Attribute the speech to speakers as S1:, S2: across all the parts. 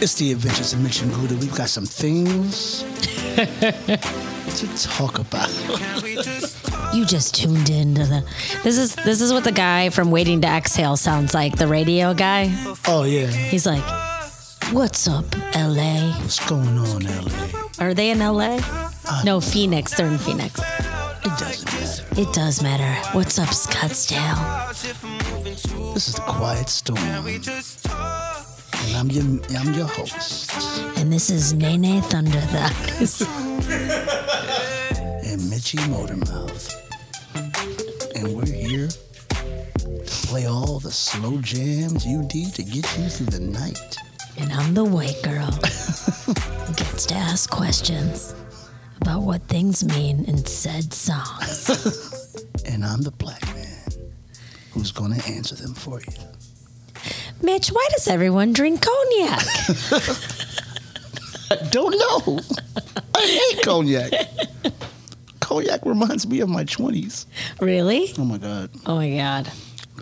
S1: It's the Adventures of Mitch and Buddha. We've got some things to talk about.
S2: You just tuned in to the. This is this is what the guy from Waiting to Exhale sounds like. The radio guy.
S1: Oh yeah,
S2: He's like, "What's up, L.A.?
S1: what's going on, LA?
S2: Are they in L.A.? No, Phoenix. They're in Phoenix.
S1: It doesn't matter.
S2: It does matter. What's up, Scottsdale?
S1: This is the Quiet Storm, and I'm your I'm your host,
S2: And this is Nene Thunder Thighs.
S1: and Mitchie Motormouth, and we're here to play all the slow jams you need to get you through the night.
S2: and I'm the white girl who gets to ask questions about what things mean in said songs.
S1: And I'm the black man who's going to answer them for you.
S2: Mitch, why does everyone drink cognac?
S1: I don't know. I hate cognac. cognac reminds me of my twenties.
S2: really?
S1: Oh my god.
S2: Oh my god.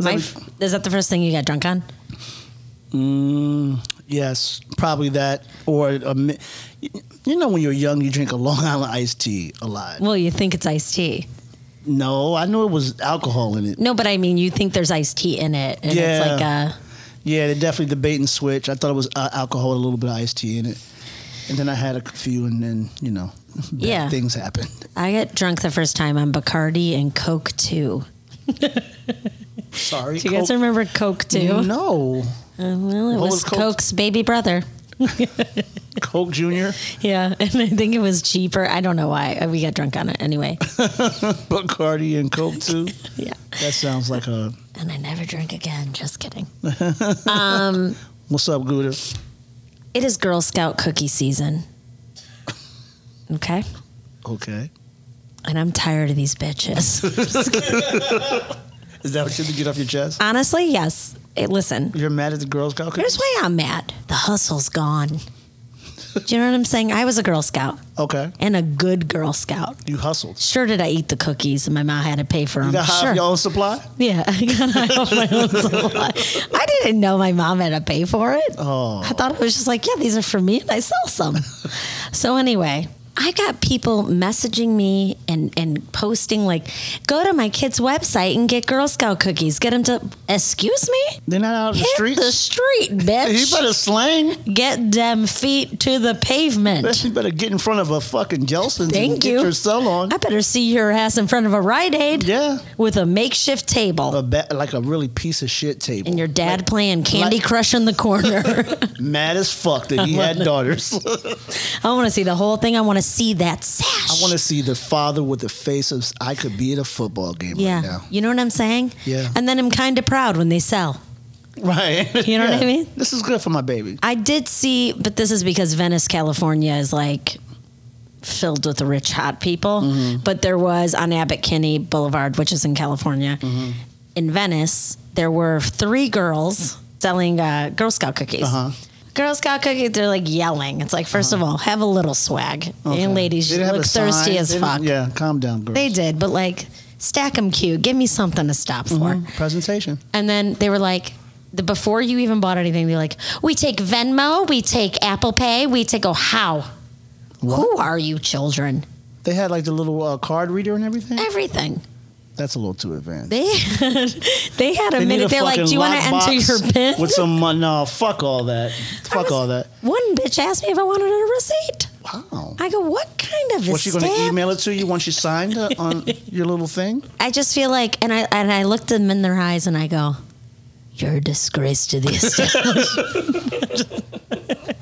S1: I
S2: My
S1: was-
S2: f- is that the first thing you got drunk on?
S1: Mm, yes, probably that. Or a, mi- you know, when you're young, you drink a Long Island iced tea a lot.
S2: Well, you think it's iced tea.
S1: No, I knew it was alcohol in it.
S2: No, but I mean, you think there's iced tea in it, and
S1: Yeah.
S2: it's like uh
S1: Yeah, they definitely the bait and switch. I thought it was uh, alcohol with a little bit of iced tea in it. And then I had a few, and then you know, bad
S2: Yeah.
S1: things happened.
S2: uh, I got drunk the first time on Bacardi and Coke too.
S1: Sorry,
S2: Do you guys
S1: Coke-
S2: remember Coke too?
S1: No,
S2: Uh, well, it
S1: What
S2: was,
S1: was Coke?
S2: Coke's baby brother.
S1: Coke Junior,
S2: Yeah, and I think it was cheaper. I don't know why Uh, we got drunk on it anyway.
S1: Bacardi, and Coke too.
S2: yeah,
S1: That sounds like a
S2: and I never drink again. Just kidding.
S1: what's up, Gouda?
S2: It is Girl Scout cookie season. Okay,
S1: Okay,
S2: and I'm tired of these bitches.
S1: is that what you have to get off your chest?
S2: Honestly, yes. Hey, listen,
S1: You're mad at the Girl Scout cookies?
S2: here's why I'm mad. The hustle's gone. Do you know what I'm saying? I was a Girl Scout
S1: Okay,
S2: and a good Girl Scout.
S1: you hustled.
S2: Sure, did I eat the cookies and my mom had to pay for them?
S1: You got high
S2: sure.
S1: off your own supply?
S2: Yeah, I got high off my own supply. I didn't know my mom had to pay for it.
S1: Oh.
S2: I thought it was just like, yeah, these are for me, and I sell some. so anyway, I got people messaging me and and posting like, go to my kid's website and get Girl Scout cookies. Get them to excuse me.
S1: They're not out in the
S2: Hit
S1: streets.
S2: the street,
S1: he
S2: bitch.
S1: better slang.
S2: get them feet to the pavement.
S1: He better get in front of a fucking Jelson's and
S2: Thank
S1: get
S2: you.
S1: your cell on.
S2: I better see your ass in front of a Rite Aid
S1: yeah.
S2: with a makeshift table.
S1: A ba- like a really piece of shit table.
S2: and your dad playing Candy Crush in the corner.
S1: Mad as fuck that he had daughters.
S2: I want to see the whole thing. I want to see that sash.
S1: I want to see the father with the face of I could be at a football game
S2: Yeah,
S1: right now.
S2: you know what I'm saying?
S1: Yeah.
S2: And then I'm kind of proud when they sell.
S1: Right.
S2: You know what I mean?
S1: This is good for my baby.
S2: I did see, but this is because Venice, California is like filled with rich, hot people.
S1: Mm-hmm.
S2: But there was on Abbott Kinney Boulevard, which is in California,
S1: Mm-hmm.
S2: in Venice, there were three girls selling uh, Girl Scout cookies.
S1: Uh-huh.
S2: Girl Scout cookies, they're like yelling. It's like, 1st of all, have a little swag. And ladies,
S1: They
S2: you
S1: didn't have
S2: look
S1: a sign.
S2: thirsty as
S1: They didn't-
S2: fuck.
S1: Yeah, calm down, girl.
S2: They did, but like, stack them cute. Give me something to stop
S1: Mm-hmm.
S2: for.
S1: Presentation.
S2: And then they were like, the, before you even bought anything, they're like, we take Venmo, we take Apple Pay, we take, oh, how? Who are you, children?
S1: They had like the little uh, card reader and everything.
S2: Everything.
S1: That's a little too advanced.
S2: They had, they had a minute. They're like, do you want to enter your PIN?
S1: With some money. No, fuck all that.
S2: I
S1: Fuck
S2: was-
S1: all that.
S2: One bitch asked me if I wanted a receipt.
S1: Wow.
S2: I go, what kind of a
S1: Was she going to
S2: stamp?"
S1: email it to you once you signed uh, on your little thing?
S2: I just feel like, and I and I looked them in their eyes and I go, you're a disgrace to the estate.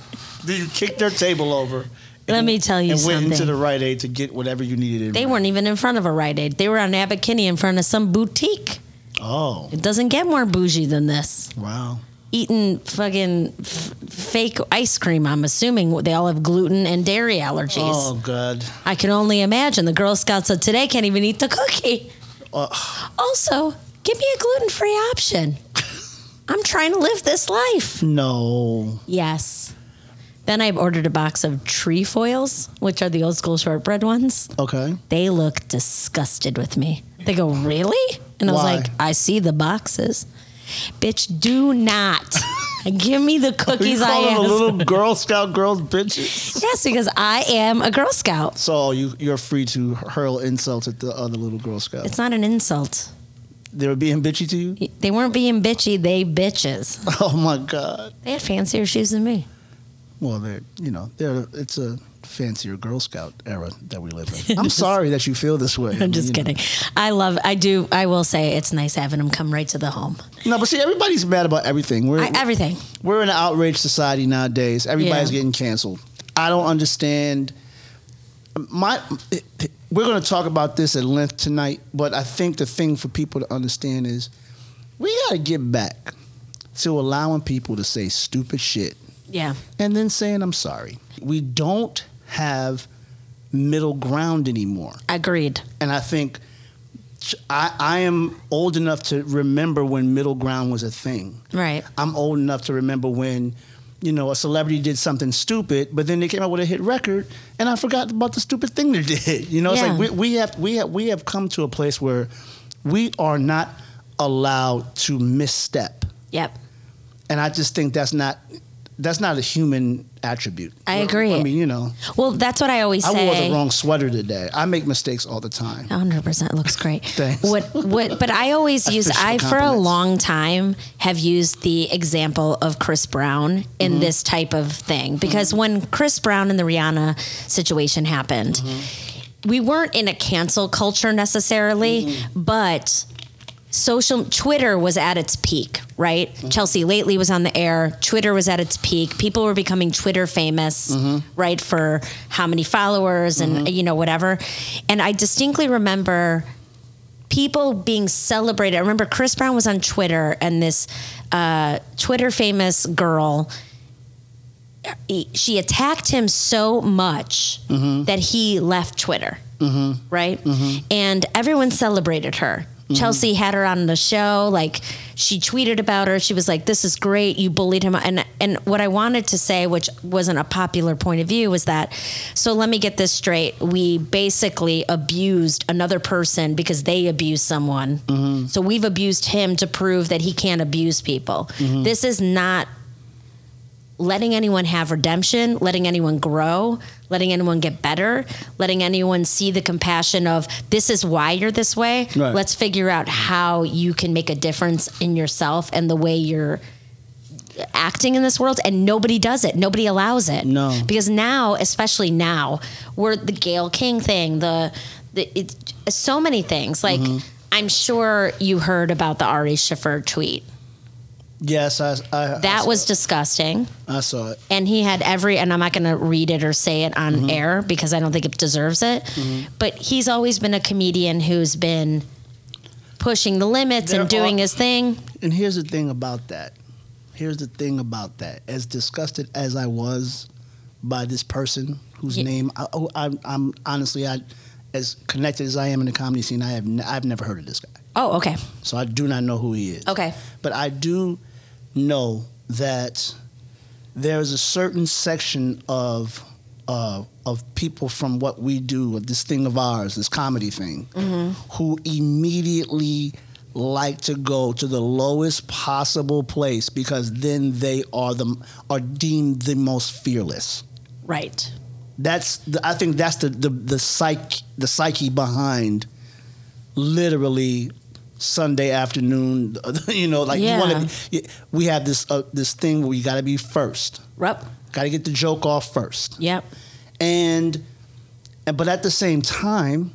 S1: Did you kick their table over?
S2: Let me tell you
S1: and
S2: something.
S1: went into the Rite Aid to get whatever you needed. In
S2: they
S1: Rite
S2: weren't even in front of a Rite Aid. They were on Abbot Kinney in front of some boutique.
S1: Aid. Oh
S2: It doesn't get more bougie than this.
S1: wow.
S2: Eating fucking f- fake ice cream. I'm assuming they all have gluten and dairy allergies.
S1: Oh god.
S2: I can only imagine the Girl Scouts of today can't even eat the cookie.
S1: Uh,
S2: also, give me a gluten free option. I'm trying to live this life.
S1: No.
S2: Yes. Then I ordered a box of trefoils, which are the old school shortbread ones.
S1: Okay.
S2: They look disgusted with me. They go, Really? And I was
S1: Why?
S2: like, I see the boxes. Bitch, do not Give me the cookies
S1: you
S2: I
S1: call them
S2: asked.
S1: a little Girl Scout girls bitches.
S2: yes, because I am a Girl Scout.
S1: So you you're free to hurl insults at the other little Girl Scouts.
S2: It's not an insult.
S1: they were being bitchy to you.
S2: They weren't being bitchy. They bitches.
S1: Oh my god.
S2: They had fancier shoes than me.
S1: Well, they're you know they're it's a fancier Girl Scout era that we live in. I'm sorry that you feel this way. I mean,
S2: I'm just
S1: you know.
S2: kidding. I love. I do. I will say it's nice having them come right to the home.
S1: No, but see, everybody's mad about everything. We're
S2: I, everything.
S1: we're in an outrage society nowadays. Everybody's
S2: Yeah.
S1: getting canceled. I don't understand. My, we're going to talk about this at length tonight, but I think the thing for people to understand is we got to get back to allowing people to say stupid shit
S2: Yeah.
S1: and then saying I'm sorry. We don't have middle ground anymore.
S2: Agreed.
S1: And I think I, I am old enough to remember when middle ground was a thing.
S2: Right.
S1: I'm old enough to remember when, you know, a celebrity did something stupid, but then they came out with a hit record, and I forgot about the stupid thing they did. You know, it's
S2: Yeah.
S1: like we, we have we have we have come to a place where we are not allowed to misstep,
S2: Yep.
S1: and I just think that's not that's not a human attribute.
S2: I
S1: Well,
S2: agree.
S1: I mean, you know,
S2: Well, that's what I always
S1: I wore
S2: say.
S1: the wrong sweater today. I make mistakes all the time.
S2: 100% looks great.
S1: Thanks.
S2: What what but I always use
S1: Official
S2: I for a
S1: compliments.
S2: long time have used the example of Chris Brown in
S1: Mm-hmm.
S2: this type of thing because when Chris Brown and the Rihanna situation happened
S1: Mm-hmm.
S2: we weren't in a cancel culture necessarily but social Twitter was at its peak, right?
S1: Mm-hmm.
S2: Chelsea Lately was on the air. Twitter was at its peak. People were becoming Twitter famous,
S1: Mm-hmm.
S2: right? For how many followers and you know whatever. And I distinctly remember people being celebrated. I remember Chris Brown was on Twitter and this uh, Twitter famous girl. he- She attacked him so much that he left Twitter, right? And everyone celebrated her. Chelsea had her on the show. Like she tweeted about her. She was like, "This is great. You bullied him." And and what I wanted to say, which wasn't a popular point of view, was that. So let me get this straight. We basically abused another person because they abused someone. So we've abused him to prove that he can't abuse people. This is not letting anyone have redemption, letting anyone grow, letting anyone get better, letting anyone see the compassion of this is why you're this way.
S1: Right.
S2: Let's figure out how you can make a difference in yourself and the way you're acting in this world and nobody does it nobody allows it
S1: No.
S2: because now especially now we're the gail king thing the, the it, so many things like
S1: Mm-hmm.
S2: i'm sure you heard about the ari Schiffer tweet
S1: Yes, I I, I
S2: that
S1: saw-
S2: was disgusting
S1: I saw it.
S2: and he had every and i'm not going to read it or say it
S1: Mm-hmm.
S2: on air because i don't think it deserves it but he's always been a comedian who's been pushing the limits and
S1: There are-
S2: doing his thing
S1: And here's the thing about that. Here's the thing about that. As disgusted as I was by this person whose
S2: Ye-
S1: name I, oh, I'm, I'm honestly I, as connected as I am in the comedy scene, I have n- I've never heard of this guy,
S2: oh okay
S1: so I do not know who he is.
S2: okay
S1: But I do know that there's a certain section of uh, of people from what we do, this thing of ours, this comedy thing, who immediately like to go to the lowest possible place because then they are the are deemed the most fearless.
S2: right
S1: That's the, I think that's the the the psyche the psyche behind literally Sunday afternoon. You know, like you want to. We have this uh, this thing where you got to be first.
S2: Rup.
S1: Got to get the joke off first,
S2: yep
S1: and and- but at the same time,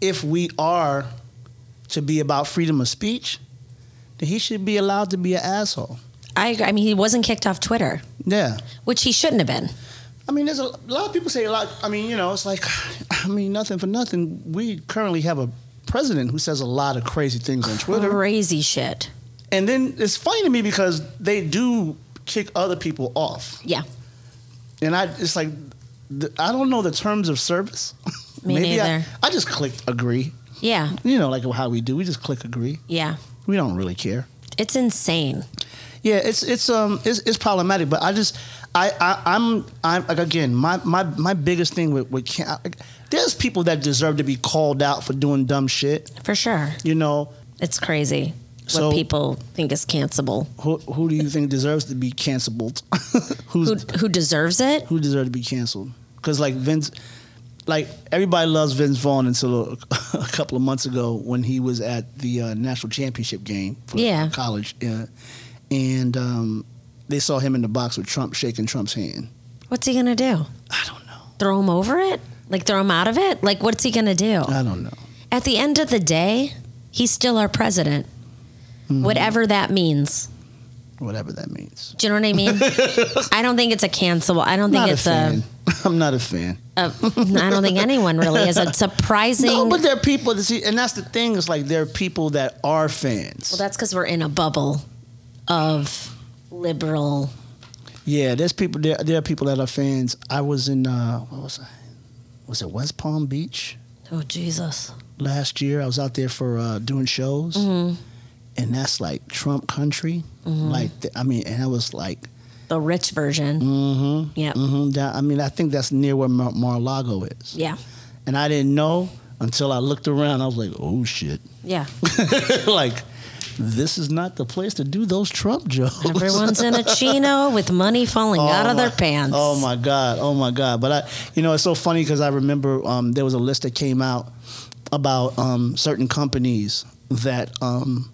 S1: if we are to be about freedom of speech, then he should be allowed to be an asshole.
S2: i agree. i mean he wasn't kicked off twitter
S1: Yeah.
S2: which he shouldn't have been
S1: I mean, there's a, lot of people say a lot. I mean, you know, it's like, I mean, nothing for nothing. We currently have a president who says a lot of crazy things on Twitter,
S2: crazy shit
S1: and then it's funny to me because they do kick other people off,
S2: yeah
S1: and I it's like, th- I don't know the terms of service.
S2: Me
S1: I,
S2: neither.
S1: I just clicked agree.
S2: yeah
S1: You know, like how we do. We just click agree.
S2: yeah
S1: We don't really care.
S2: it's insane
S1: Yeah, it's it's um it's, it's problematic, but I just I, I I'm I'm like again my my my biggest thing with with can, like, there's people that deserve to be called out for doing dumb shit,
S2: for sure
S1: you know.
S2: it's crazy
S1: So-
S2: what people think is cancelable.
S1: Who, who do you think deserves to be canceled? Who's
S2: Who who deserves it?
S1: who deserves to be canceled? Because like Vince, like everybody loves Vince Vaughn until a, a couple of months ago when he was at the uh, national championship game for
S2: Yeah.
S1: college, yeah. and um, they saw him in the box with Trump shaking Trump's hand.
S2: What's he gonna do?
S1: I don't know.
S2: Throw him over it? Like throw him out of it? Like what's he gonna do?
S1: I don't know.
S2: At the end of the day, he's still our president.
S1: Mm-hmm.
S2: Whatever that means.
S1: Whatever that means.
S2: Do you know what I mean? I don't think it's a cancel. I don't think
S1: not a
S2: it's uh, a.
S1: fan. i I'm not a fan.
S2: a. I don't think anyone really is. It's surprising.
S1: No, but there are people that see, and that's the thing. Is like there are people that are fans.
S2: well, that's because we're in a bubble of liberal.
S1: Yeah, there's people. There, there are people that are fans. I was in. Uh, what was I? Was it West Palm Beach
S2: Oh Jesus!
S1: last year? I was out there for uh, doing shows,
S2: Mm-hmm.
S1: and that's like Trump country. Like, th- I mean, and I was like,
S2: The rich version.
S1: mm-hmm,
S2: Yep.
S1: mm-hmm. That, I mean, I think that's near where Mar- Mar-a-Lago is,
S2: Yeah.
S1: and I didn't know until I looked around. I was like, oh shit,
S2: Yeah.
S1: like. This is not the place to do those Trump jokes.
S2: Everyone's in a chino with money falling out of
S1: my-
S2: their pants.
S1: Oh my god! Oh my god! But I, you know, it's so funny because I remember um, there was a list that came out about um, certain companies that um,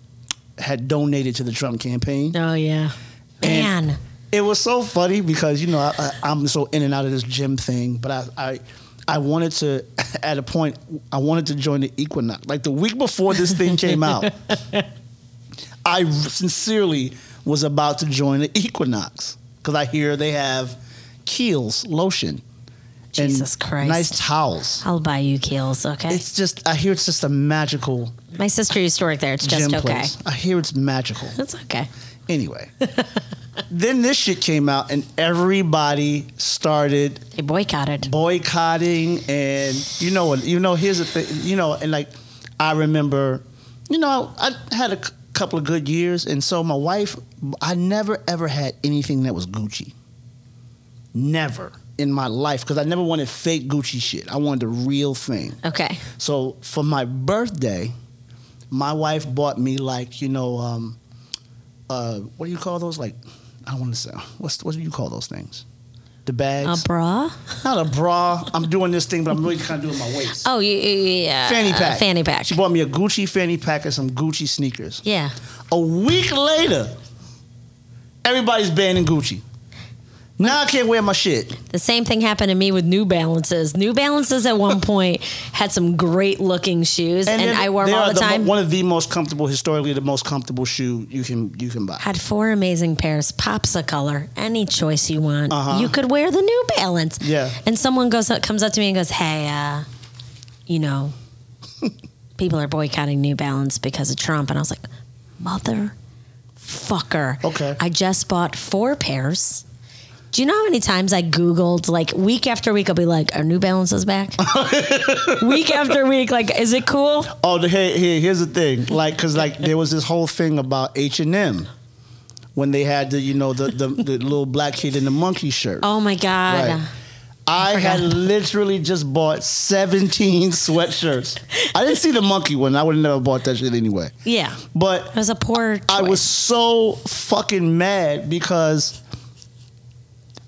S1: had donated to the Trump campaign.
S2: Oh yeah.
S1: And-
S2: Man.
S1: It was so funny because you know I, I, I'm so in and out of this gym thing, but I. I I wanted to, at a point, I wanted to join the Equinox. Like the week before this thing came out, I sincerely was about to join the Equinox because I hear they have Kiehl's lotion.
S2: Jesus Christ.
S1: Nice towels.
S2: I'll buy you keels, okay?
S1: It's just, I hear it's just a magical
S2: My sister used to work there. It's just
S1: gym
S2: okay.
S1: place. I hear it's magical.
S2: That's okay.
S1: Anyway, then this shit came out and everybody started
S2: They boycotted.
S1: boycotting and you know what you know here's the thing you know and like i remember you know i had a c- couple of good years and so my wife i never ever had anything that was gucci never in my life because i never wanted fake gucci shit i wanted the real thing
S2: Okay.
S1: so for my birthday my wife bought me like you know um uh what do you call those like i don't want to say what's what do you call those things the
S2: A
S1: bags
S2: bra?
S1: not a bra. I'm doing this thing, but I'm really kind of doing my waist.
S2: Oh, you- you- yeah.
S1: fanny
S2: uh,
S1: pack.
S2: fanny pack.
S1: She bought me a Gucci fanny pack and some Gucci sneakers.
S2: Yeah.
S1: A week later, everybody's banning Gucci. Now I can't wear my shit.
S2: The same thing happened to me with New Balances. New Balances at one point had some great looking shoes, and,
S1: then
S2: I wore
S1: they
S2: them
S1: are
S2: all the,
S1: mo-
S2: time.
S1: one of the most comfortable, historically the most comfortable shoe you can you can buy.
S2: had four amazing pairs, pops a color, any choice you want.
S1: Uh-huh.
S2: You could wear the New Balance.
S1: Yeah.
S2: And someone goes up, comes up to me and goes, "Hey, uh, you know, people are boycotting New Balance because of Trump." And I was like, "Mother, fucker."
S1: Okay.
S2: I just bought four pairs. Do you know how many times I Googled, like week after week, I'll be like, "Are New Balances back?" week after week, like, is it cool?
S1: Oh, the, hey, hey, here's the thing. Like, cause like there was this whole thing about H and M when they had the you know the, the the little black kid in the monkey shirt.
S2: Oh my god.
S1: Right. I,
S2: forgot.
S1: had literally just bought 17 sweatshirts. I didn't see the monkey one. I would have never bought that shit anyway.
S2: Yeah. It
S1: But
S2: was a poor.
S1: I
S2: choice.
S1: was so fucking mad because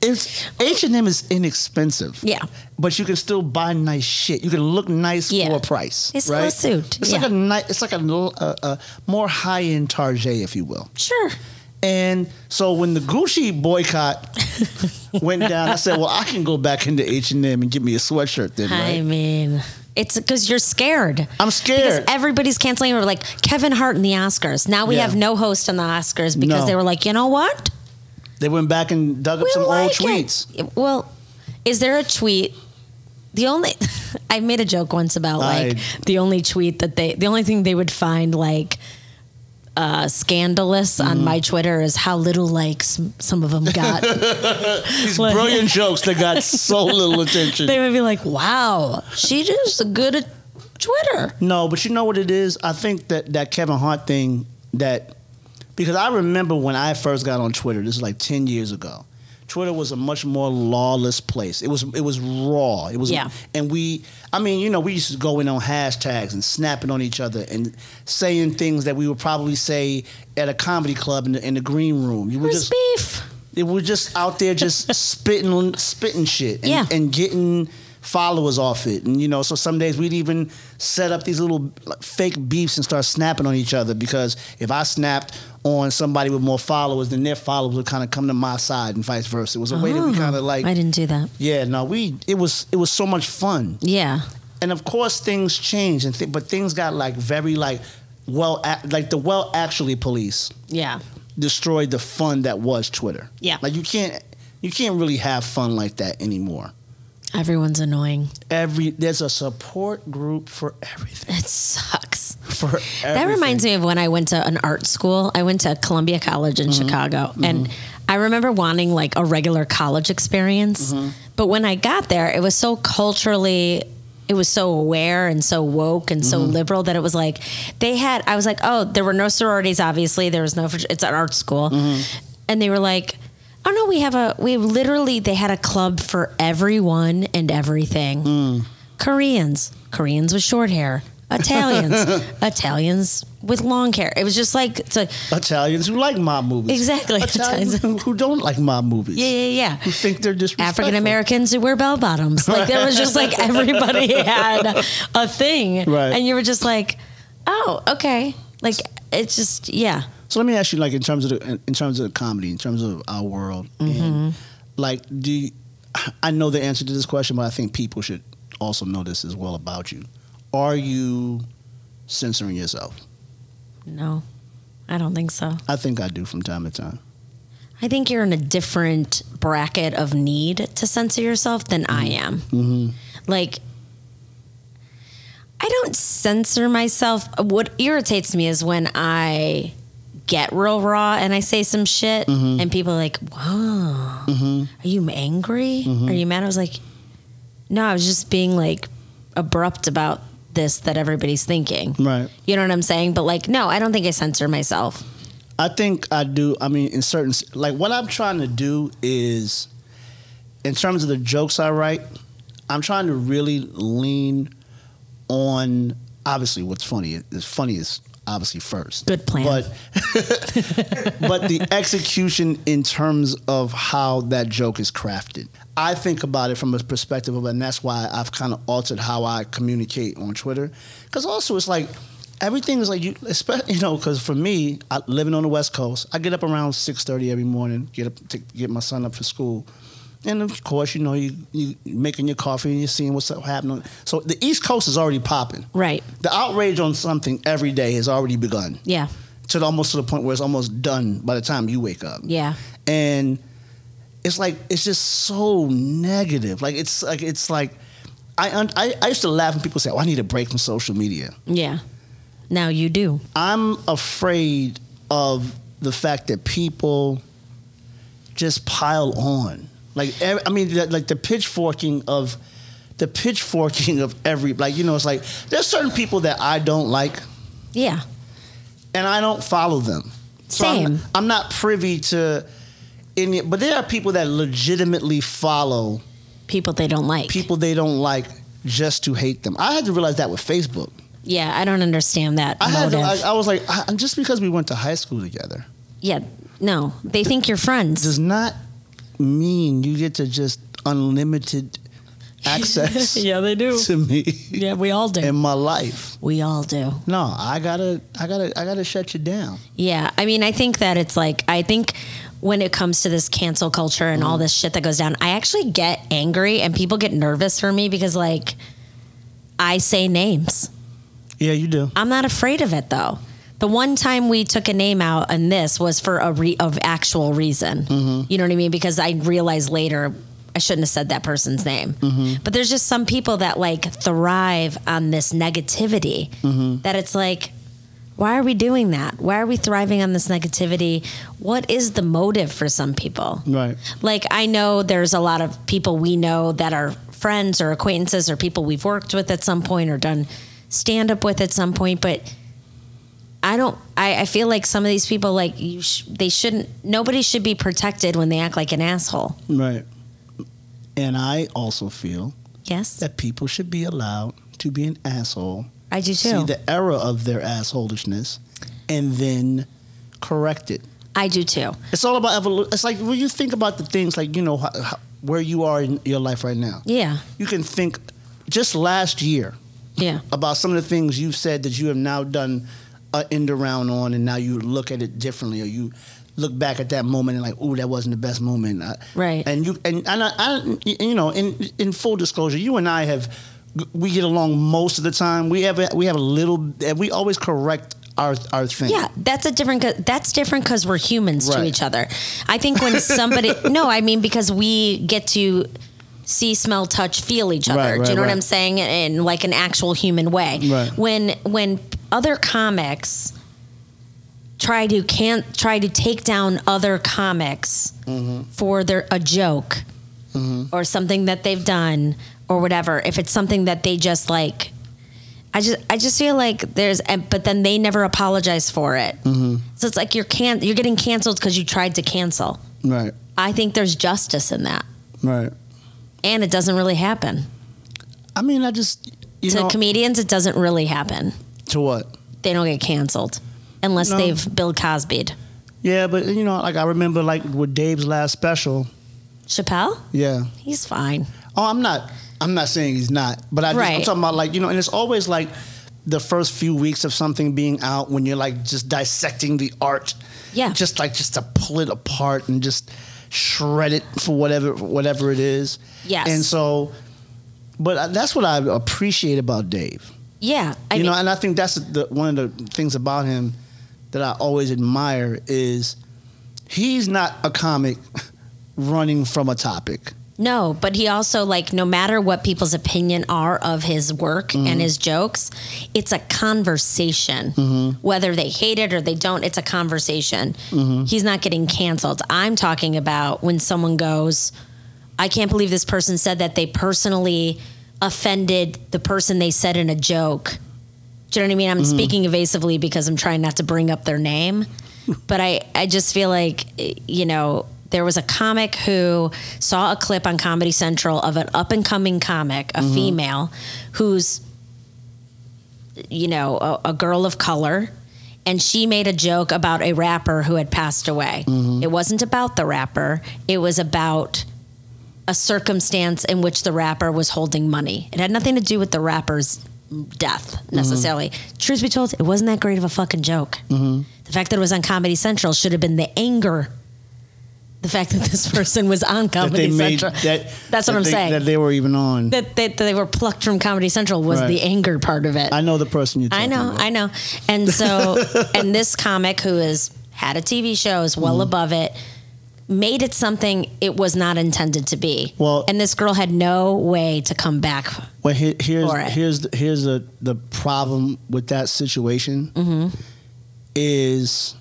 S1: it's H&M is inexpensive.
S2: Yeah.
S1: But you can still buy nice shit. You can look nice
S2: Yeah.
S1: for a price.
S2: It's still a
S1: right?
S2: suit,
S1: It's
S2: yeah.
S1: like a ni- it's like a, l- a- a more high-end Target if you will.
S2: Sure.
S1: And so when the Gucci boycott went down, I said, "Well, I can go back into H and M and get me a sweatshirt then."
S2: I
S1: Right?
S2: mean, it's because you're scared.
S1: I'm
S2: Because
S1: scared.
S2: everybody's canceling. We're like Kevin Hart in the Oscars. Now we
S1: Yeah.
S2: have no host in the Oscars because
S1: No.
S2: they were like, you know what?
S1: they went back and dug up
S2: We
S1: some
S2: like
S1: old
S2: it.
S1: tweets.
S2: Well, is there a tweet? The only I made a joke once about like
S1: I-
S2: the only tweet that they, the only thing they would find like uh, scandalous
S1: Mm-hmm.
S2: on my Twitter is how little likes some of them got.
S1: These
S2: Like-
S1: brilliant jokes that got so little attention.
S2: they would be like, wow, she just good at Twitter.
S1: No, but you know what it is? I think that that Kevin Hart thing that because I remember when I first got on Twitter, this is like 10 years ago. Twitter was a much more lawless place. It was it was raw. It was
S2: Yeah.
S1: and we I mean, you know, we used to go in on hashtags and snapping on each other and saying things that we would probably say at a comedy club in the, in the green room. You were
S2: Where's
S1: just it
S2: beef?
S1: was just out there just spitting spitting shit and,
S2: Yeah.
S1: and getting followers off it and you know so some days we'd even set up these little like, fake beefs and start snapping on each other because if i snapped on somebody with more followers then their followers would kind of come to my side and vice versa it was a way that we
S2: Oh,
S1: kind of like
S2: I didn't do that.
S1: yeah no we it was it was so much fun
S2: Yeah.
S1: and of course things changed and th- but things got like very like well ac- like the well actually police
S2: Yeah.
S1: destroyed the fun that was Twitter.
S2: Yeah.
S1: Like you can't you can't really have fun like that anymore.
S2: Everyone's annoying.
S1: Every there's a support group for everything.
S2: It sucks.
S1: For
S2: That reminds me of when I went to an art school. I went to Columbia College in Chicago, and I remember wanting like a regular college experience. But when I got there, it was so culturally, it was so aware and so woke and so liberal that it was like they had. I was like, oh, there were no sororities. Obviously, there was no. It's an art school, and they were like. Oh no, we have a we literally they had a club for everyone and everything. Koreans, Koreans with short hair, Italians, Italians with long hair. It was just like, it's like
S1: Italians who like mob movies.
S2: Exactly.
S1: Italians who, who don't like mob movies.
S2: yeah, yeah,
S1: Who
S2: yeah.
S1: think they're disrespectful.
S2: African Americans who wear bell bottoms. Like there was just like everybody had a thing,
S1: Right.
S2: and you were just like, oh, okay. Like it's just yeah,
S1: So let me ask you, like in terms of the, in terms of comedy, in terms of our world,
S2: Mm-hmm.
S1: and, like do you, I know the answer to this question, but I think people should also know this as well about you. Are you censoring yourself?
S2: no, I don't think so.
S1: I think I do from time to time.
S2: I think you're in a different bracket of need to censor yourself than I am.
S1: Mm-hmm.
S2: Like, I don't censor myself. What irritates me is when I get real raw and I say some shit,
S1: Mm-hmm.
S2: and people are like, "Whoa, are you angry?
S1: Mm-hmm.
S2: Are you mad?" I was like, "No, I was just being like abrupt about this that everybody's thinking."
S1: Right.
S2: You know what I'm saying? But like, no, I don't think I censor myself.
S1: I think I do. I mean, in certain like what I'm trying to do is, in terms of the jokes I write, I'm trying to really lean on obviously what's funny. It's funny is obviously first.
S2: Good plan.
S1: But but the execution in terms of how that joke is crafted. I think about it from a perspective of, and that's why I've kind of altered how I communicate on Twitter, because also it's like everything is like you, espe- you know, because for me, I, living on the West Coast, I get up around six thirty every morning, get up to get my son up for school. And of course, you know, you you making your coffee and you're seeing what's happening. So the East Coast is already popping.
S2: Right.
S1: The outrage on something every day has already begun
S2: Yeah.
S1: to the, almost to the point where it's almost done by the time you wake up.
S2: Yeah.
S1: And it's like it's just so negative. Like it's like it's like I un- I, I used to laugh when people say, "Oh, I need a break from social media."
S2: Yeah. Now you do.
S1: I'm afraid of the fact that people just pile on. Like ev- I mean, the, like the pitchforking of the pitchforking of every like you know it's like there's certain people that I don't like.
S2: Yeah.
S1: and I don't follow them. So I'm-
S2: Same.
S1: I'm, not privy to any, but there are people that legitimately follow
S2: People they don't like.
S1: people they don't like just to hate them. I had to realize that with Facebook.
S2: yeah, I don't understand that
S1: I had uh, to,
S2: motive.
S1: I, I was like, I, and just because we went to high school together
S2: yeah. No. They think you're friends.
S1: does not mean you get to just unlimited access
S2: they do.
S1: to me
S2: Yeah, we all do.
S1: in my life.
S2: we all do.
S1: No, I gotta, I gotta, I gotta shut you down.
S2: Yeah. I mean, I think that it's like I think when it comes to this cancel culture and
S1: Mm.
S2: all this shit that goes down, I actually get angry and people get nervous for me because like I say names.
S1: Yeah, you do.
S2: I'm not afraid of it though. The one time we took a name out and this was for a re- of actual reason. You know what I mean? Because I realized later I shouldn't have said that person's name. But there's just some people that like thrive on this negativity that it's like why are we doing that? Why are we thriving on this negativity? What is the motive for some people?
S1: Right.
S2: Like I know there's a lot of people we know that are friends or acquaintances or people we've worked with at some point or done stand up with at some point, but I don't. I, I feel like some of these people, like you, sh- they shouldn't. Nobody should be protected when they act like an asshole.
S1: Right.
S2: Mm.
S1: And I also feel
S2: Yes,
S1: that people should be allowed to be an asshole,
S2: I do
S1: see
S2: too.
S1: the error of their assholishness, and then correct it.
S2: I do too.
S1: It's all about evolution. It's like when you think about the things like, you know, how, how, where you are in your life right now.
S2: Yeah,
S1: You can think just last year
S2: yeah,
S1: about some of the things you've said that you have now done an end around on, and now you look at it differently, or you look back at that moment and like, ooh, that wasn't the best moment. I-
S2: Right.
S1: And you and and I, I you know, in in full disclosure, you and I have we get along most of the time. We have a, we have a little, and we always correct our our thing.
S2: yeah. That's a different. co- That's different because we're humans to
S1: Right.
S2: each other. I think when somebody. no, I mean because we get to see, smell, touch, feel each other.
S1: Right,
S2: do
S1: right,
S2: you know
S1: right.
S2: what I'm saying? In like an actual human way.
S1: Right.
S2: When when other comics try to can try to take down other comics
S1: Mm-hmm.
S2: for their a joke or something that they've done or whatever if it's something that they just like i just i just feel like there's and but then they never apologize for it
S1: Mm-hmm.
S2: so it's like you're can you're getting canceled because you tried to cancel
S1: Right.
S2: i think there's justice in that
S1: Right.
S2: and it doesn't really happen
S1: I mean, I just you
S2: to
S1: know
S2: comedians it doesn't really happen
S1: to what?
S2: they don't get canceled unless
S1: No.
S2: they've bill cosby'd
S1: Yeah, but you know, like I remember, like with Dave's last special.
S2: chappelle
S1: Yeah.
S2: he's fine
S1: Oh, I'm not. I'm not saying he's not, but I just, I'm
S2: Right.
S1: talking about like you know, and it's always like the first few weeks of something being out when you're like just dissecting the art.
S2: Yeah.
S1: Just like just to pull it apart and just shred it for whatever whatever it is.
S2: Yes.
S1: And so, but I- that's what I appreciate about Dave.
S2: yeah i
S1: You
S2: mean
S1: know, and I think that's the, one of the things about him that I always admire is he's not a comic running from a topic.
S2: No, but he also like no matter what people's opinion are of his work and his jokes, it's a conversation. Whether they hate it or they don't, it's a conversation. He's not getting canceled. I'm talking about when someone goes, I can't believe this person said that they personally offended the person they said in a joke. Do you know what I mean? I'm speaking evasively because I'm trying not to bring up their name. but I, I just feel like, eh, you know, there was a comic who saw a clip on Comedy Central of an up and coming comic, a female, who's, you know, a, a girl of color. And she made a joke about a rapper who had passed away.
S1: Mm-hmm.
S2: It wasn't about the rapper, it was about a circumstance in which the rapper was holding money. It had nothing to do with the rapper's death
S1: Mm-hmm.
S2: necessarily. Truth be told, it wasn't that great of a fucking joke.
S1: Mm-hmm.
S2: The fact that it was on Comedy Central should have been the anger. The fact that this person was on Comedy Central. That's what
S1: that
S2: I'm
S1: they-
S2: saying.
S1: That they were even on.
S2: that, that, that they were plucked from Comedy Central was
S1: Right.
S2: the anger part of it.
S1: I know the person you're
S2: I
S1: talking
S2: know,
S1: about.
S2: I know. And so, and this comic who has had a TV show, is
S1: Mm-hmm.
S2: well above it, made it something it was not intended to be.
S1: Well-
S2: and this girl had no way to come back.
S1: Well, here, here's
S2: for it.
S1: here's the, here's the the problem with that situation
S2: Mm-hmm.
S1: is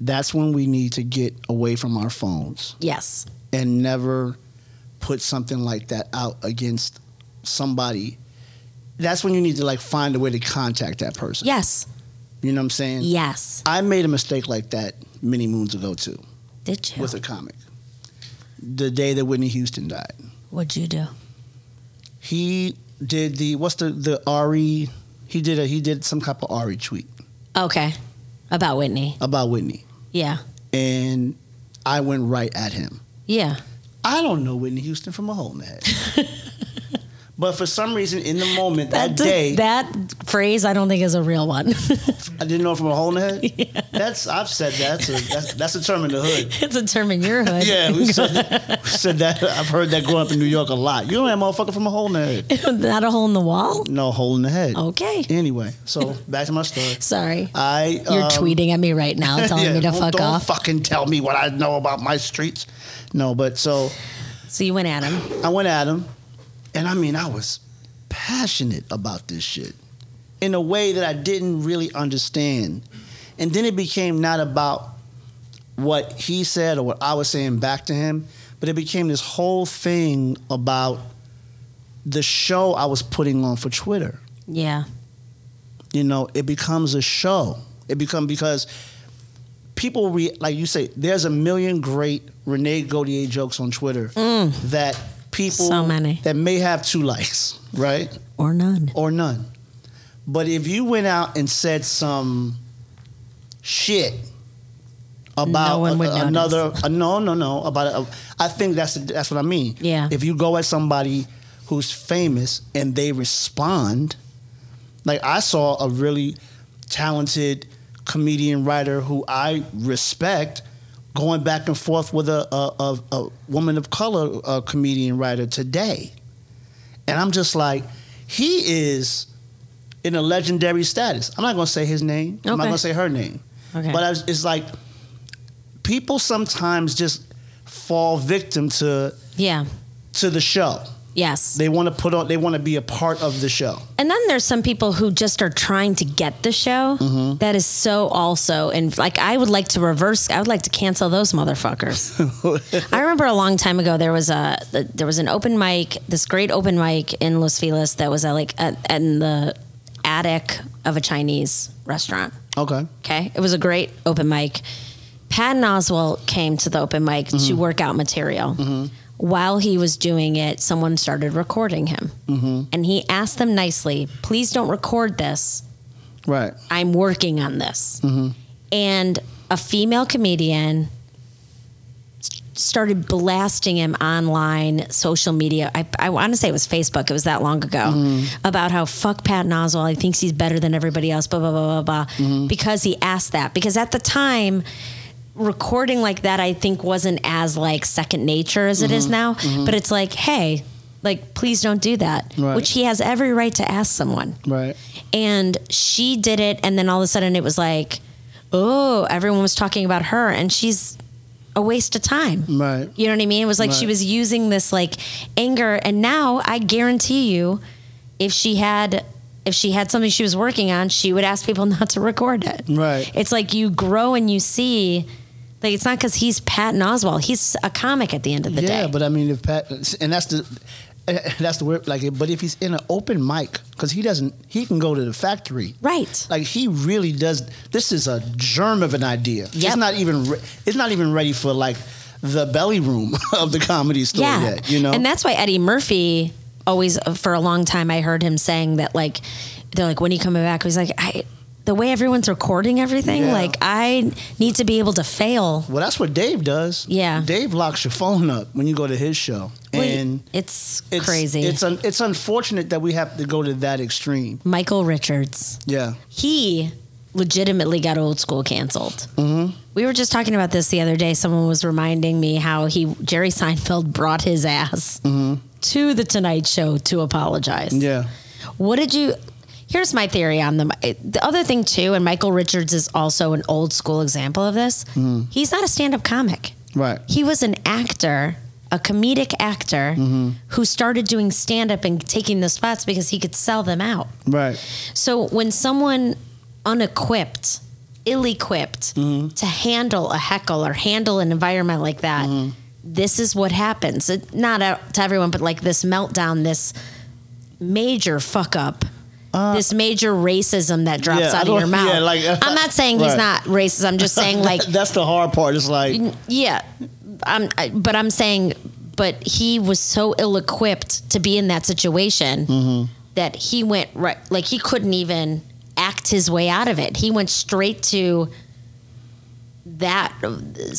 S1: that's when we need to get away from our phones
S2: Yes,
S1: and never put something like that out against somebody. That's when you need to like find a way to contact that person.
S2: yes,
S1: You know what I'm saying?
S2: yes.
S1: I made a mistake like that many moons ago too
S2: Did you?
S1: with a comic. The day that Whitney Houston died.
S2: What'd you do?
S1: he did the what's the the Ari he did a he did some type of Ari tweet
S2: Okay, about Whitney.
S1: about Whitney
S2: Yeah,
S1: and I went right at him.
S2: yeah.
S1: I don't know Whitney Houston from a hole in the head. but for some reason in the moment that,
S2: does-
S1: day
S2: that phrase I don't think is a real one.
S1: I didn't know from a hole in the head. That's I've said that. That's a, that's, that's a term in the hood.
S2: it's a term in your hood.
S1: Yeah, we said, we said that. I've heard that growing up in New York a lot. You know that motherfucker from a hole in the head.
S2: not a hole in the wall.
S1: No hole in the head.
S2: Okay,
S1: Anyway, so back to my story.
S2: sorry.
S1: I
S2: You're
S1: um,
S2: tweeting at me right now, telling me to
S1: don't,
S2: fuck
S1: don't
S2: off.
S1: fucking tell me what I know about my streets. No, but so
S2: so you went at him.
S1: I went at him, and I mean, I was passionate about this shit in a way that I didn't really understand. And then it became not about what he said or what I was saying back to him, but it became this whole thing about the show I was putting on for Twitter.
S2: Yeah.
S1: You you know, it becomes a show. It become because people re, like you say, there's a million great Renee Godier jokes on Twitter
S2: Mm.
S1: that people
S2: So many.
S1: that may have two likes, right?
S2: or none.
S1: or none. But if you went out and said some shit about
S2: No one
S1: a-
S2: would
S1: a-
S2: notice.
S1: another, uh, no, no, no, about, a, I think that's that's what I mean.
S2: Yeah.
S1: If you go at somebody who's famous and they respond, like I saw a really talented comedian writer who I respect going back and forth with a a, a, a woman of color uh comedian writer today, and I'm just like, he is in a legendary status. I'm not gonna say his name. I'm not
S2: Okay.
S1: gonna say her name.
S2: Okay.
S1: But I was- it's like people sometimes just fall victim to
S2: yeah.
S1: to the show.
S2: Yes.
S1: They want to put on. They want to be a part of the show.
S2: And then there's some people who just are trying to get the show.
S1: Mm-hmm.
S2: That is so also, and like I would like to reverse. I would like to cancel those motherfuckers. I remember a long time ago there was a there was an open mic, this great open mic in Los Feliz that was at like at, in the attic of a Chinese restaurant.
S1: Okay.
S2: Okay. It was a great open mic. Patton Oswalt came to the open mic to work out material. While he was doing it, someone started recording him. And he asked them nicely, please don't record this.
S1: Right.
S2: I'm working on this. And a female comedian s- started blasting him online, social media. I, I want to say it was Facebook. It was that long ago about how fuck Pat Oswalt. He thinks he's better than everybody else. Blah blah blah blah blah. Because he asked that. Because at the time. Recording like that, I think, wasn't as like second nature as it is now. But it's like, hey, like please don't do that,
S1: Right.
S2: which he has every right to ask someone
S1: Right.
S2: and she did it and then all of a sudden it was like oh everyone was talking about her and she's a waste of time
S1: Right.
S2: you know what i mean it was like she
S1: Right.
S2: was using this like anger and now i guarantee you if she had if she had something she was working on she would ask people not to record it
S1: Right.
S2: it's like you grow and you see like it's not because he's patton oswald he's a comic at the end of the
S1: yeah,
S2: day
S1: but I mean, if Pat, and that's the. eh, That's the word, like. But if he's in an open mic, because he doesn't, he can go to the factory.
S2: right
S1: Like he really does. This is a germ of an idea. It's
S2: Yep.
S1: not even. Re- it's not even ready for like the belly room of the comedy store yet. You know.
S2: And that's why Eddie Murphy always, for a long time, I heard him saying that, like, they're like, when are you coming back? He's like, I, the way everyone's recording everything,
S1: Yeah.
S2: like, I need to be able to fail.
S1: well, that's what Dave does.
S2: Yeah.
S1: Dave locks your phone up when you go to his show, and
S2: it's,
S1: it's
S2: crazy.
S1: It's un- it's unfortunate that we have to go to that extreme.
S2: Michael Richards,
S1: Yeah.
S2: he legitimately got old school canceled.
S1: Mm-hmm.
S2: We were just talking about this the other day. Someone was reminding me how he, Jerry Seinfeld, brought his ass to the Tonight Show to apologize.
S1: Mm-hmm. Yeah.
S2: What did you? Here's my theory on them. The other thing too, and Michael Richards is also an old school example of this. He's not a stand up comic.
S1: Right.
S2: He was an actor, a comedic actor who started doing stand up and taking the spots because he could sell them out.
S1: Right.
S2: So when someone unequipped, ill-equipped
S1: Mm-hmm.
S2: to handle a heckle or handle an environment like that,
S1: Mm-hmm.
S2: this is what happens. It, not out to everyone, but like this meltdown, this major fuck up. this major racism that drops
S1: Uh, yeah, I
S2: out of
S1: don't-
S2: your mouth.
S1: yeah, like-
S2: I'm not saying he's
S1: Right.
S2: not racist. I'm just saying like
S1: that's the hard part. It's like
S2: yeah, I'm. I, but I'm saying, but he was so ill-equipped to be in that situation
S1: Mm-hmm.
S2: that he went right. Like he couldn't even act his way out of it. He went straight to that uh,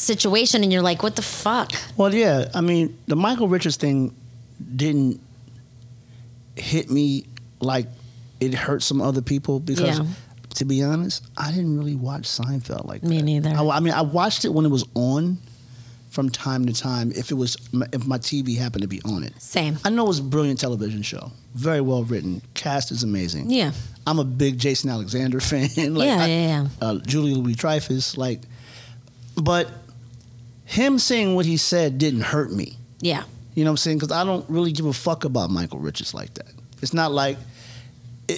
S2: situation, and you're like, what the fuck?
S1: Well, yeah. I mean, the Michael Richards thing didn't hit me like it hurt some other people because,
S2: Yeah.
S1: to be honest, I didn't really watch Seinfeld like
S2: Me
S1: that.
S2: neither.
S1: I, I mean, I watched it when it was on from time to time if it was if my TV happened to be on it.
S2: Same.
S1: I know it was a brilliant television show, very well written. Cast is amazing.
S2: Yeah.
S1: I'm a big Jason Alexander fan. like,
S2: Yeah,
S1: I-
S2: yeah, yeah.
S1: Uh, Julie Louis Dreyfus, like, but him saying what he said didn't hurt me.
S2: Yeah.
S1: You know what I'm saying? Because I don't really give a fuck about Michael Richards like that. It's not like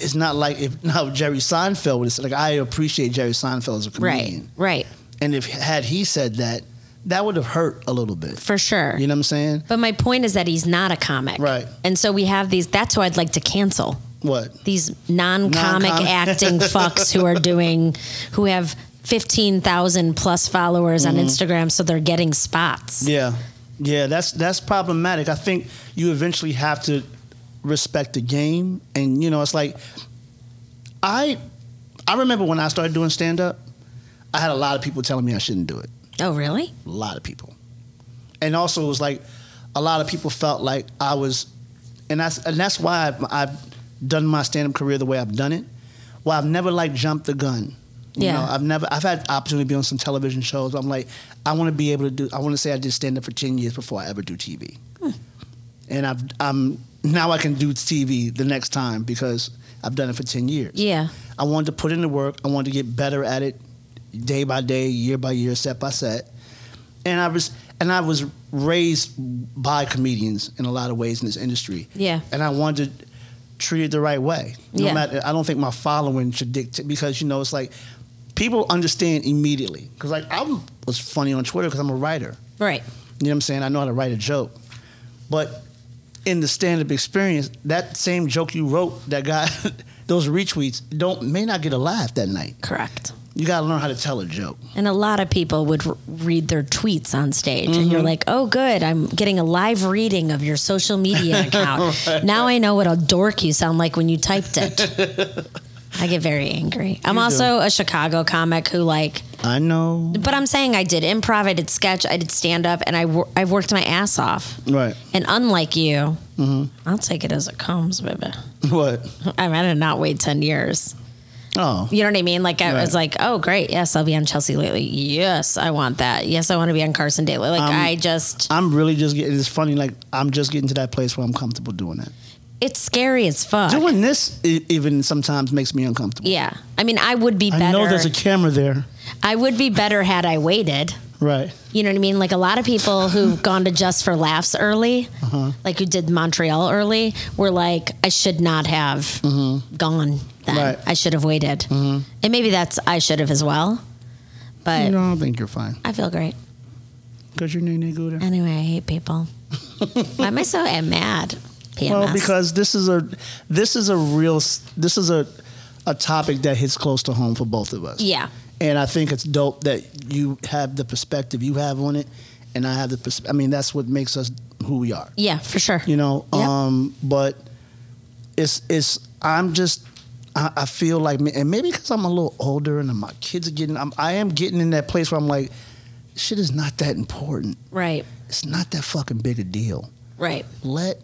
S1: it's not like if now Jerry Seinfeld would have said like I appreciate Jerry Seinfeld as a
S2: Right.
S1: comedian,
S2: Right.
S1: and if had he said that, that would have hurt a little bit.
S2: For sure.
S1: You know what I'm saying?
S2: But my point is that he's not a comic.
S1: Right.
S2: And so we have these. That's who I'd like to cancel.
S1: What?
S2: These non-comic
S1: Non-com-
S2: acting fucks who are doing who have 15,000 plus followers on Instagram so they're getting spots.
S1: Yeah, yeah, that's that's problematic. I think you eventually have to respect the game, and you know, it's like I I remember when I started doing stand up, I had a lot of people telling me I shouldn't do it.
S2: Oh, really?
S1: A lot of people, and also it was like a lot of people felt like I was, and that's and that's why I've, I've done my stand up career the way I've done it. Well, I've never like jumped the gun. You
S2: Yeah.
S1: know, I've never I've had opportunity to be on some television shows. I'm like, I want to be able to do. I want to say I did stand up for ten years before I ever do TV. And I've I'm now I can do TV the next time because I've done it for ten years.
S2: Yeah.
S1: I wanted to put in the work. I wanted to get better at it, day by day, year by year, set by set. And I was and I was raised by comedians in a lot of ways in this industry.
S2: Yeah.
S1: And I wanted to treat it the right way. No
S2: Yeah.
S1: matter, I don't think my following should dictate because you know it's like people understand immediately. Because like I was funny on Twitter because I'm a writer.
S2: Right.
S1: You know what I'm saying? I know how to write a joke. But in the stand up experience, that same joke you wrote that got those retweets don't may not get a laugh that night.
S2: Correct.
S1: You gotta learn how to tell a joke.
S2: And a lot of people would r- read their tweets on stage, and you're like, "Oh, good! I'm getting a live reading of your social media account. Now I know what a dork you sound like when you typed it." I get very angry. I'm also a Chicago comic who like,
S1: I know.
S2: but I'm saying I did improv, I did sketch, I did stand up, and I wor- I've worked my ass off.
S1: Right.
S2: And unlike you,
S1: Mm-hmm.
S2: I'll take it as it comes, baby.
S1: What?
S2: I mean, I did not wait ten years.
S1: Oh.
S2: You know what I mean? Like I
S1: Right.
S2: was like, oh great, yes, I'll be on Chelsea lately. Yes, I want that. Yes, I want to be on Carson Daly. Like
S1: Um,
S2: I just,
S1: I'm really just getting it's funny, like I'm just getting to that place where I'm comfortable doing that.
S2: it's scary as fuck.
S1: Doing this e- even sometimes makes me uncomfortable.
S2: yeah, I mean, I would be better.
S1: I
S2: I,
S1: know there's a camera there.
S2: would be better had I waited.
S1: Right.
S2: You know what I mean? Like a lot of people who've gone to Just for Laughs early, like who did Montreal early, were like, I should not have gone. Then
S1: Right.
S2: I should have waited, and maybe that's I should have as well. But
S1: no, I don't think you're fine.
S2: I feel great.
S1: Because your name ain't good.
S2: Anyway, I hate people. Why am I so uh, mad? PMS.
S1: Well, because this is a this is a real s- this is a a topic that hits close to home for both of us.
S2: yeah,
S1: And I think it's dope that you have the perspective you have on it, and I have the pers- I mean that's what makes us who we are.
S2: yeah, for sure.
S1: You know.
S2: Yep.
S1: Um. But it's it's I'm just. I I feel like, and maybe because I'm a little older and my kids are getting, I'm, I am getting in that place where I'm like, shit is not that important.
S2: right,
S1: It's not that fucking big a deal
S2: right.
S1: let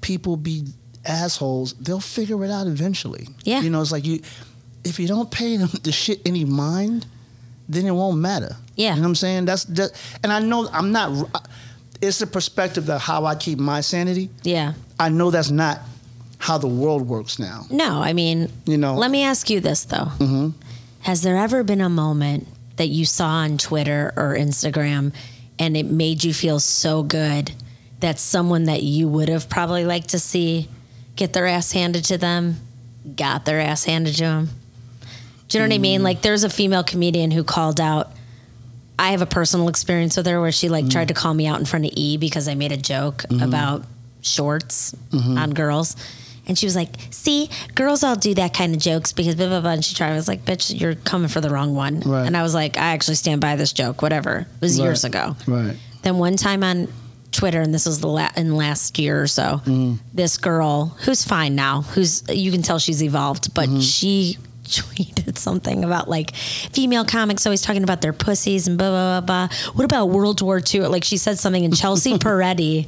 S1: people be assholes. They'll figure it out eventually.
S2: Yeah.
S1: You know, it's like you if you don't pay them the shit any mind, then it won't matter.
S2: Yeah.
S1: You know what I'm saying? That's that, and I know I'm not r- it's the perspective of how I keep my sanity.
S2: Yeah.
S1: I know that's not how the world works now.
S2: No, I mean,
S1: You know.
S2: let me ask you this though:
S1: Mhm.
S2: Has there ever been a moment that you saw on Twitter or Instagram, and it made you feel so good that someone that you would have probably liked to see get their ass handed to them got their ass handed to them? Do you know what I
S1: Mm.
S2: mean? Like, there's a female comedian who called out. I have a personal experience with her where she like
S1: Mm.
S2: tried to call me out in front of E because I made a joke
S1: Mm-hmm.
S2: about shorts on girls. And she was like, "See, girls all do that kind of jokes because blah blah blah." And she tried. I was like, "Bitch, you're coming for the wrong one."
S1: Right.
S2: And I was like, "I actually stand by this joke. Whatever. It was years
S1: Right.
S2: ago."
S1: Right.
S2: Then one time on Twitter, and this was the la- in last year or so, this girl who's fine now, who's you can tell she's evolved, but she tweeted something about like female comics always talking about their pussies and blah blah blah blah. What about World War II? Like she said something, and Chelsea Peretti.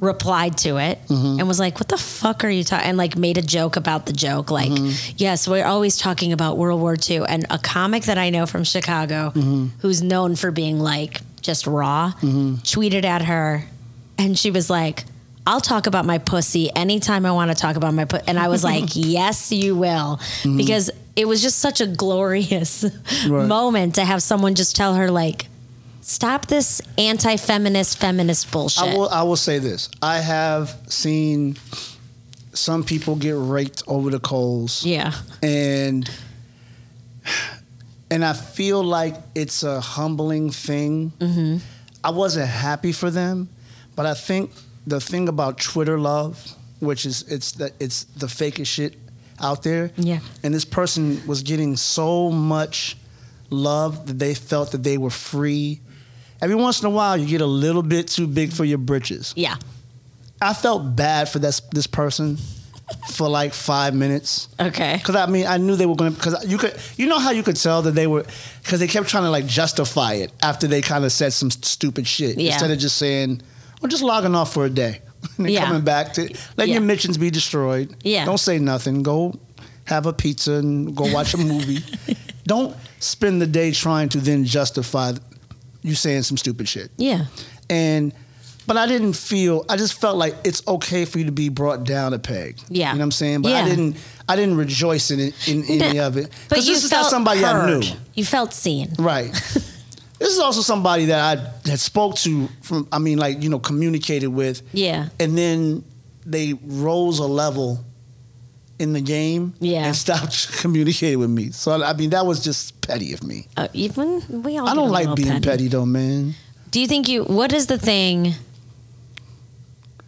S2: Replied to it
S1: Mm-hmm.
S2: and was like, "What the fuck are you talking?" And like made a joke about the joke, like,
S1: Mm-hmm.
S2: "Yes, we're always talking about World War II." And a comic that I know from Chicago,
S1: Mm-hmm.
S2: who's known for being like just raw, tweeted at her, and she was like, "I'll talk about my pussy anytime I want to talk about my pussy." And I was like, "Yes, you will," because it was just such a glorious
S1: Mm-hmm. Right.
S2: moment to have someone just tell her like. Stop this anti-feminist feminist bullshit.
S1: I will I will say this. I have seen some people get raked over the coals.
S2: yeah.
S1: and and I feel like it's a humbling thing. I wasn't happy for them, but I think the thing about Twitter love which is it's the it's the fakest shit out there.
S2: Yeah.
S1: And this person was getting so much love that they felt that they were free. Every once in a while, you get a little bit too big for your britches.
S2: Yeah.
S1: I felt bad for this this person for like five minutes.
S2: Okay.
S1: Because I mean, I knew they were going to. Because you could, you know how you could tell that they were, because they kept trying to like justify it after they kind of said some st- stupid shit
S2: Yeah.
S1: instead of just saying, "I'm just logging off for a day." and then
S2: Yeah.
S1: coming back to let
S2: Yeah.
S1: your missions be destroyed.
S2: Yeah.
S1: Don't say nothing. Go have a pizza and go watch a movie. Don't spend the day trying to then justify you saying some stupid shit
S2: Yeah.
S1: and but I didn't feel I just felt like it's okay for you to be brought down a peg.
S2: Yeah.
S1: You know what I'm saying? But
S2: Yeah.
S1: I didn't I didn't rejoice in it, in any of it.
S2: But
S1: 'Cause
S2: you
S1: this is
S2: felt
S1: not somebody I
S2: heard.
S1: knew.
S2: You felt seen.
S1: Right. this is also somebody that I had spoke to from I mean like, you know, communicated with
S2: Yeah.
S1: and then they rose a level in the game
S2: Yeah.
S1: and stopped communicating with me. So I mean that was just petty of me.
S2: Uh, even we all.
S1: I
S2: get
S1: don't
S2: a
S1: like
S2: little
S1: being petty. though, man.
S2: Do you think you? What is the thing?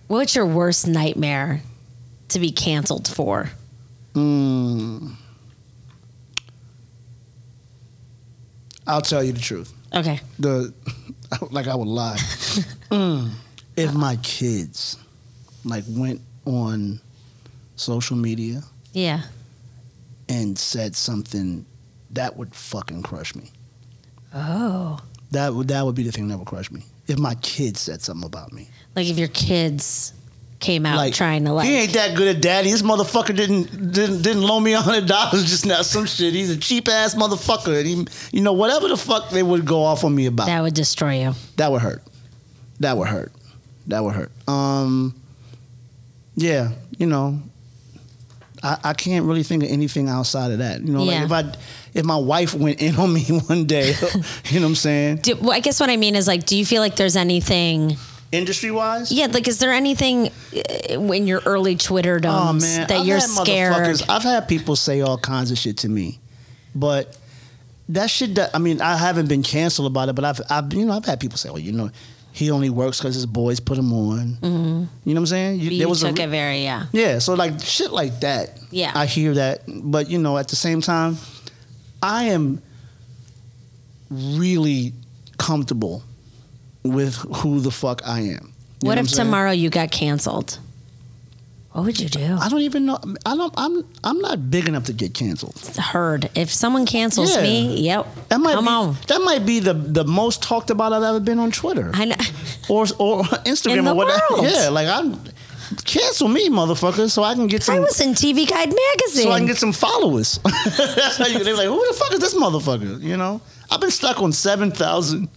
S2: What's your worst nightmare to be canceled for?
S1: Mm. I'll tell you the truth.
S2: Okay.
S1: The like I would lie. Mm. If my kids like went on social media
S2: Yeah.
S1: and said something, that would fucking crush me.
S2: Oh.
S1: That would that would be the thing that would crush me. If my kids said something about me,
S2: Like if your kids came out trying to like.
S1: he ain't that good at daddy. This motherfucker didn't didn't didn't loan me a hundred dollars just now. Some shit. He's a cheap ass motherfucker. And he, you know, whatever the fuck they would go off on me about.
S2: that would destroy you.
S1: That would hurt. That would hurt. That would hurt. Um, yeah, you know, I, I can't really think of anything outside of that. You know,
S2: Yeah.
S1: like if I if my wife went in on me one day, you know what I'm saying?
S2: Do, well, I guess what I mean is like, do you feel like there's anything?
S1: Industry wise,
S2: Yeah, like is there anything uh, in your early Twitter
S1: oh
S2: domes
S1: man,
S2: that
S1: I've
S2: you're
S1: had
S2: scared?
S1: motherfuckers- I've had people say all kinds of shit to me, but that shit. That, I mean, I haven't been canceled about it, but I've, I've you know, I've had people say, well, you know, he only works because his boys put him on. You know what I'm saying?
S2: Mm-hmm. You took
S1: re-
S2: it very yeah.
S1: Yeah, so like shit like that.
S2: Yeah.
S1: I hear that, but you know, at the same time, I am really comfortable with who the fuck I am. You know
S2: what if
S1: I'm saying?
S2: tomorrow you got canceled? What would you do?
S1: I don't even know. I don't. I'm. I'm not big enough to get canceled.
S2: Heard if someone cancels
S1: Yeah.
S2: me, yep.
S1: That might
S2: Come
S1: be,
S2: on.
S1: That might be the the most talked about I've ever been on Twitter
S2: I know.
S1: or or Instagram
S2: In the
S1: or whatever.
S2: world.
S1: Yeah, like I'm. Cancel me, motherfucker, so I can get
S2: I
S1: some.
S2: was in TV Guide magazine.
S1: so I can get some followers. That's how you. They're like, who the fuck is this motherfucker? You know, I've been stuck on seven thousand.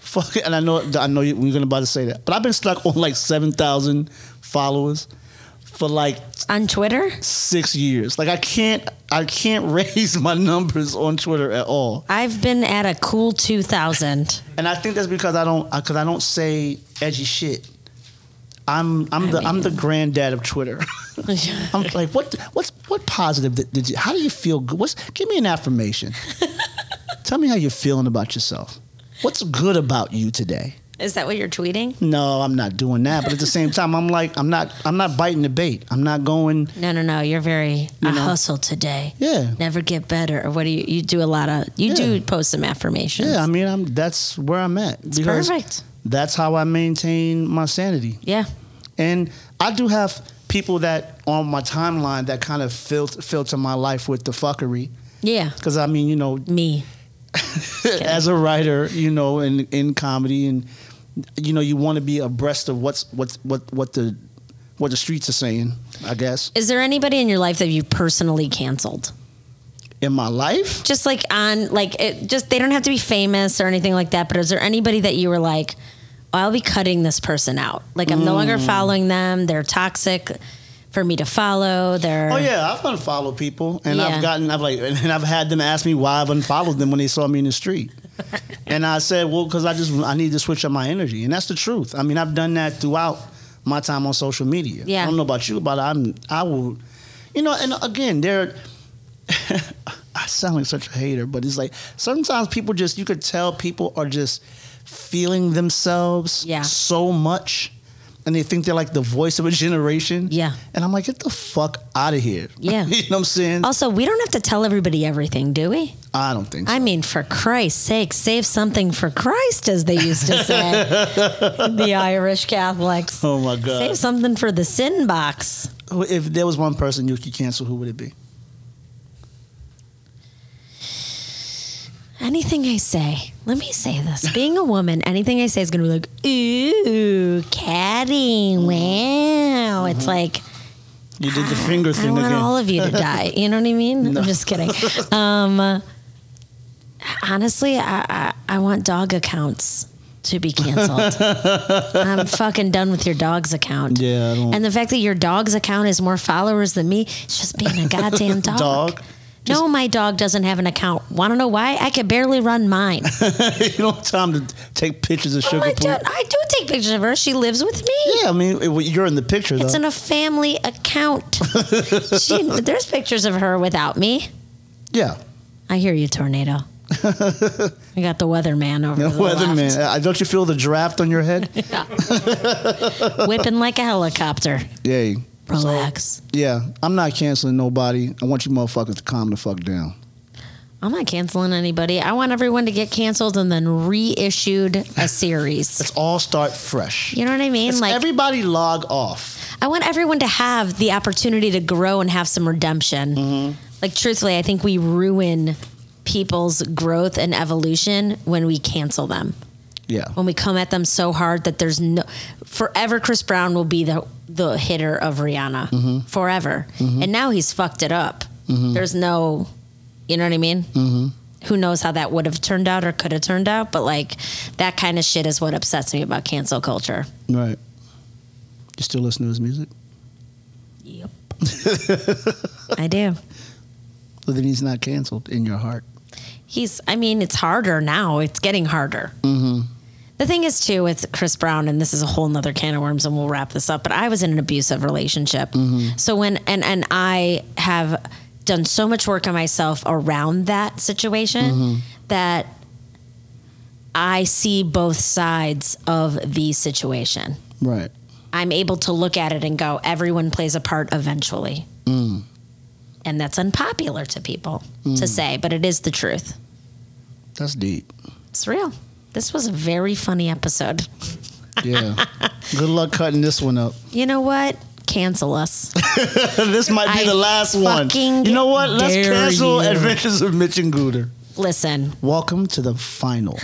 S1: Fuck it, and I know I know you- you're gonna about to say that, but I've been stuck on like seven thousand followers for like
S2: on Twitter.
S1: six years. Like I can't I can't raise my numbers on Twitter at all,
S2: I've been at a cool two thousand.
S1: and I think that's because I don't because I don't say edgy shit. I'm I'm the I'm the granddad of Twitter. I'm like, what? What's what positive? Did, did you? How do you feel? Good? What's? Give me an affirmation. Tell me how you're feeling about yourself. What's good about you today?
S2: Is that what you're tweeting?
S1: No, I'm not doing that. But at the same time, I'm like, I'm not. I'm not biting the bait. I'm not going.
S2: No, no, no. You're very. I
S1: know.
S2: hustle today.
S1: Yeah.
S2: Never get better. Or what do you? You do a lot of. You
S1: Yeah.
S2: do post some affirmations.
S1: Yeah, I mean, I'm. That's where I'm at. It's
S2: perfect.
S1: That's how I maintain my sanity.
S2: Yeah.
S1: And I do have people that on my timeline that kind of filter filter my life with the fuckery.
S2: Yeah.
S1: Because I mean, you know,
S2: Me.
S1: as a writer, you know, in in comedy, and you know, you want to be abreast of what's what's what what the what the streets are saying. I guess
S2: Is there anybody in your life that you personally canceled?
S1: in my life,
S2: Just like on, like, it, just they don't have to be famous or anything like that, but is there anybody that you were like, oh, I'll be cutting this person out? Like, I'm no
S1: Mm.
S2: longer following them. They're toxic for me to follow. They're.
S1: Oh yeah, I've unfollowed people, and
S2: Yeah.
S1: I've gotten, I've like, and I've had them ask me why I've unfollowed them when they saw me in the street, and I said, well, because I just I need to switch up my energy, and that's the truth. I mean, I've done that throughout my time on social media.
S2: Yeah.
S1: I don't know about you, but I'm I will, you know, and again, there. I sound like such a hater, but it's like sometimes people just you could tell people are just feeling themselves
S2: Yeah.
S1: so much and they think they're like the voice of a generation.
S2: Yeah.
S1: And I'm like, get the fuck out of here.
S2: Yeah.
S1: you know what I'm saying?
S2: Also, we don't have to tell everybody everything, do we?
S1: I don't think so.
S2: I mean, for Christ's sake, save something for Christ, as they used to say, the Irish Catholics.
S1: oh my
S2: Save
S1: God.
S2: something for the sin box.
S1: Who- If there was one person you could cancel, who would it be?
S2: Anything I say, let me say this. Being a woman, anything I say is going to be like, ooh, catty, wow. It's like, "Ah,
S1: You did Mm-hmm. the finger
S2: I
S1: thing
S2: want
S1: again.
S2: all of you to die. You know what I mean?
S1: No.
S2: I'm just kidding. Um, honestly, I, I, I want dog accounts to be canceled. I'm fucking done with your dog's account.
S1: yeah, I don't.
S2: And the fact that your dog's account has more followers than me, it's just being a goddamn dog.
S1: Dog?
S2: no, my dog doesn't have an account. Want to know why? I could barely run mine.
S1: you don't have time to take pictures of
S2: Oh,
S1: sugar
S2: I,
S1: Pooh.
S2: do, I do take pictures of her. She lives with me.
S1: Yeah, I mean, it- you're in the picture
S2: It's
S1: though.
S2: in a family account. she, there's pictures of her without me.
S1: yeah.
S2: I hear you, tornado. we got the weatherman over
S1: The
S2: to the
S1: weatherman.
S2: left,
S1: Uh, don't you feel the draft on your head?
S2: whipping like a helicopter.
S1: yeah.
S2: Relax.
S1: Yeah. I'm not canceling nobody. I want you motherfuckers to calm the fuck down.
S2: I'm not canceling anybody. I want everyone to get canceled and then reissued a series.
S1: Let's all start fresh.
S2: You know what I mean?
S1: Let's
S2: like
S1: everybody log off.
S2: I want everyone to have the opportunity to grow and have some redemption. Like truthfully, I think we ruin people's growth and evolution when we cancel them.
S1: Yeah.
S2: When we come at them so hard that there's no forever Chris Brown will be the the hitter of Rihanna forever. And now he's fucked it up.
S1: Mm-hmm.
S2: There's no you know what I mean? who knows how that would have turned out or could have turned out, but like that kind of shit is what upsets me about cancel culture.
S1: Right. You still listen to his music?
S2: Yep. I do.
S1: So then he's not canceled in your heart.
S2: He's, I mean, it's harder now. It's getting harder. Mm-hmm. The thing is, too, with Chris Brown, and this is a whole nother can of worms, and we'll wrap this up, but I was in an abusive relationship. So when, and, and I have done so much work on myself around that situation that I see both sides of the situation.
S1: Right.
S2: I'm able to look at it and go, everyone plays a part eventually.
S1: Mm.
S2: And that's unpopular to people to say, but it is the truth.
S1: That's deep.
S2: It's real. This was a very funny episode.
S1: Yeah. Good luck cutting this one up.
S2: You know what? Cancel us.
S1: this might be
S2: I
S1: the last one.
S2: fucking
S1: You know what? Let's
S2: dare
S1: cancel
S2: you.
S1: Adventures of Mitch and Gooder.
S2: Listen,
S1: Welcome to the final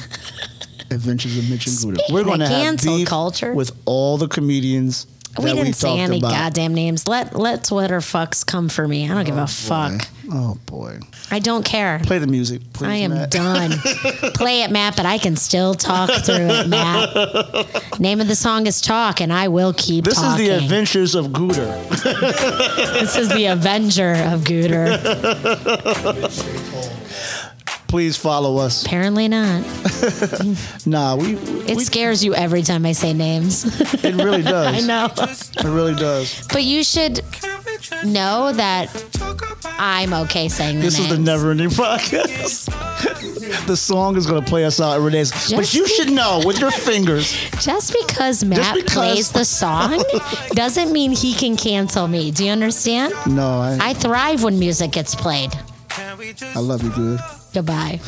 S1: Adventures of Mitch and Gooder.
S2: Speaking
S1: We're
S2: of
S1: going to have
S2: cancel
S1: beef
S2: culture.
S1: with all the comedians
S2: we
S1: that
S2: didn't
S1: we
S2: say
S1: talked
S2: any
S1: about.
S2: goddamn names. Let let Twitter fucks come for me. I don't give a fuck.
S1: Boy. Oh boy!
S2: I don't care.
S1: Play the music, please.
S2: I am
S1: Matt.
S2: done. Play it, Matt, but I can still talk through it, Matt. Name of the song is Talk, and I will keep
S1: This
S2: talking.
S1: is the Adventures of Gooder.
S2: This is the Avenger of Gooter.
S1: Please follow us.
S2: Apparently not.
S1: Nah, we.
S2: It
S1: we-
S2: scares you every time I say names.
S1: it really does.
S2: I know.
S1: It really does.
S2: But you should know that I'm okay saying the
S1: This is the
S2: names.
S1: never ending podcast. the song is going to play us out every day. But
S2: Just
S1: you should know with your fingers.
S2: Just because Matt
S1: because-
S2: plays the song doesn't mean he can cancel me. Do you understand?
S1: No, I,
S2: I thrive when music gets played.
S1: I love you, good.
S2: Goodbye.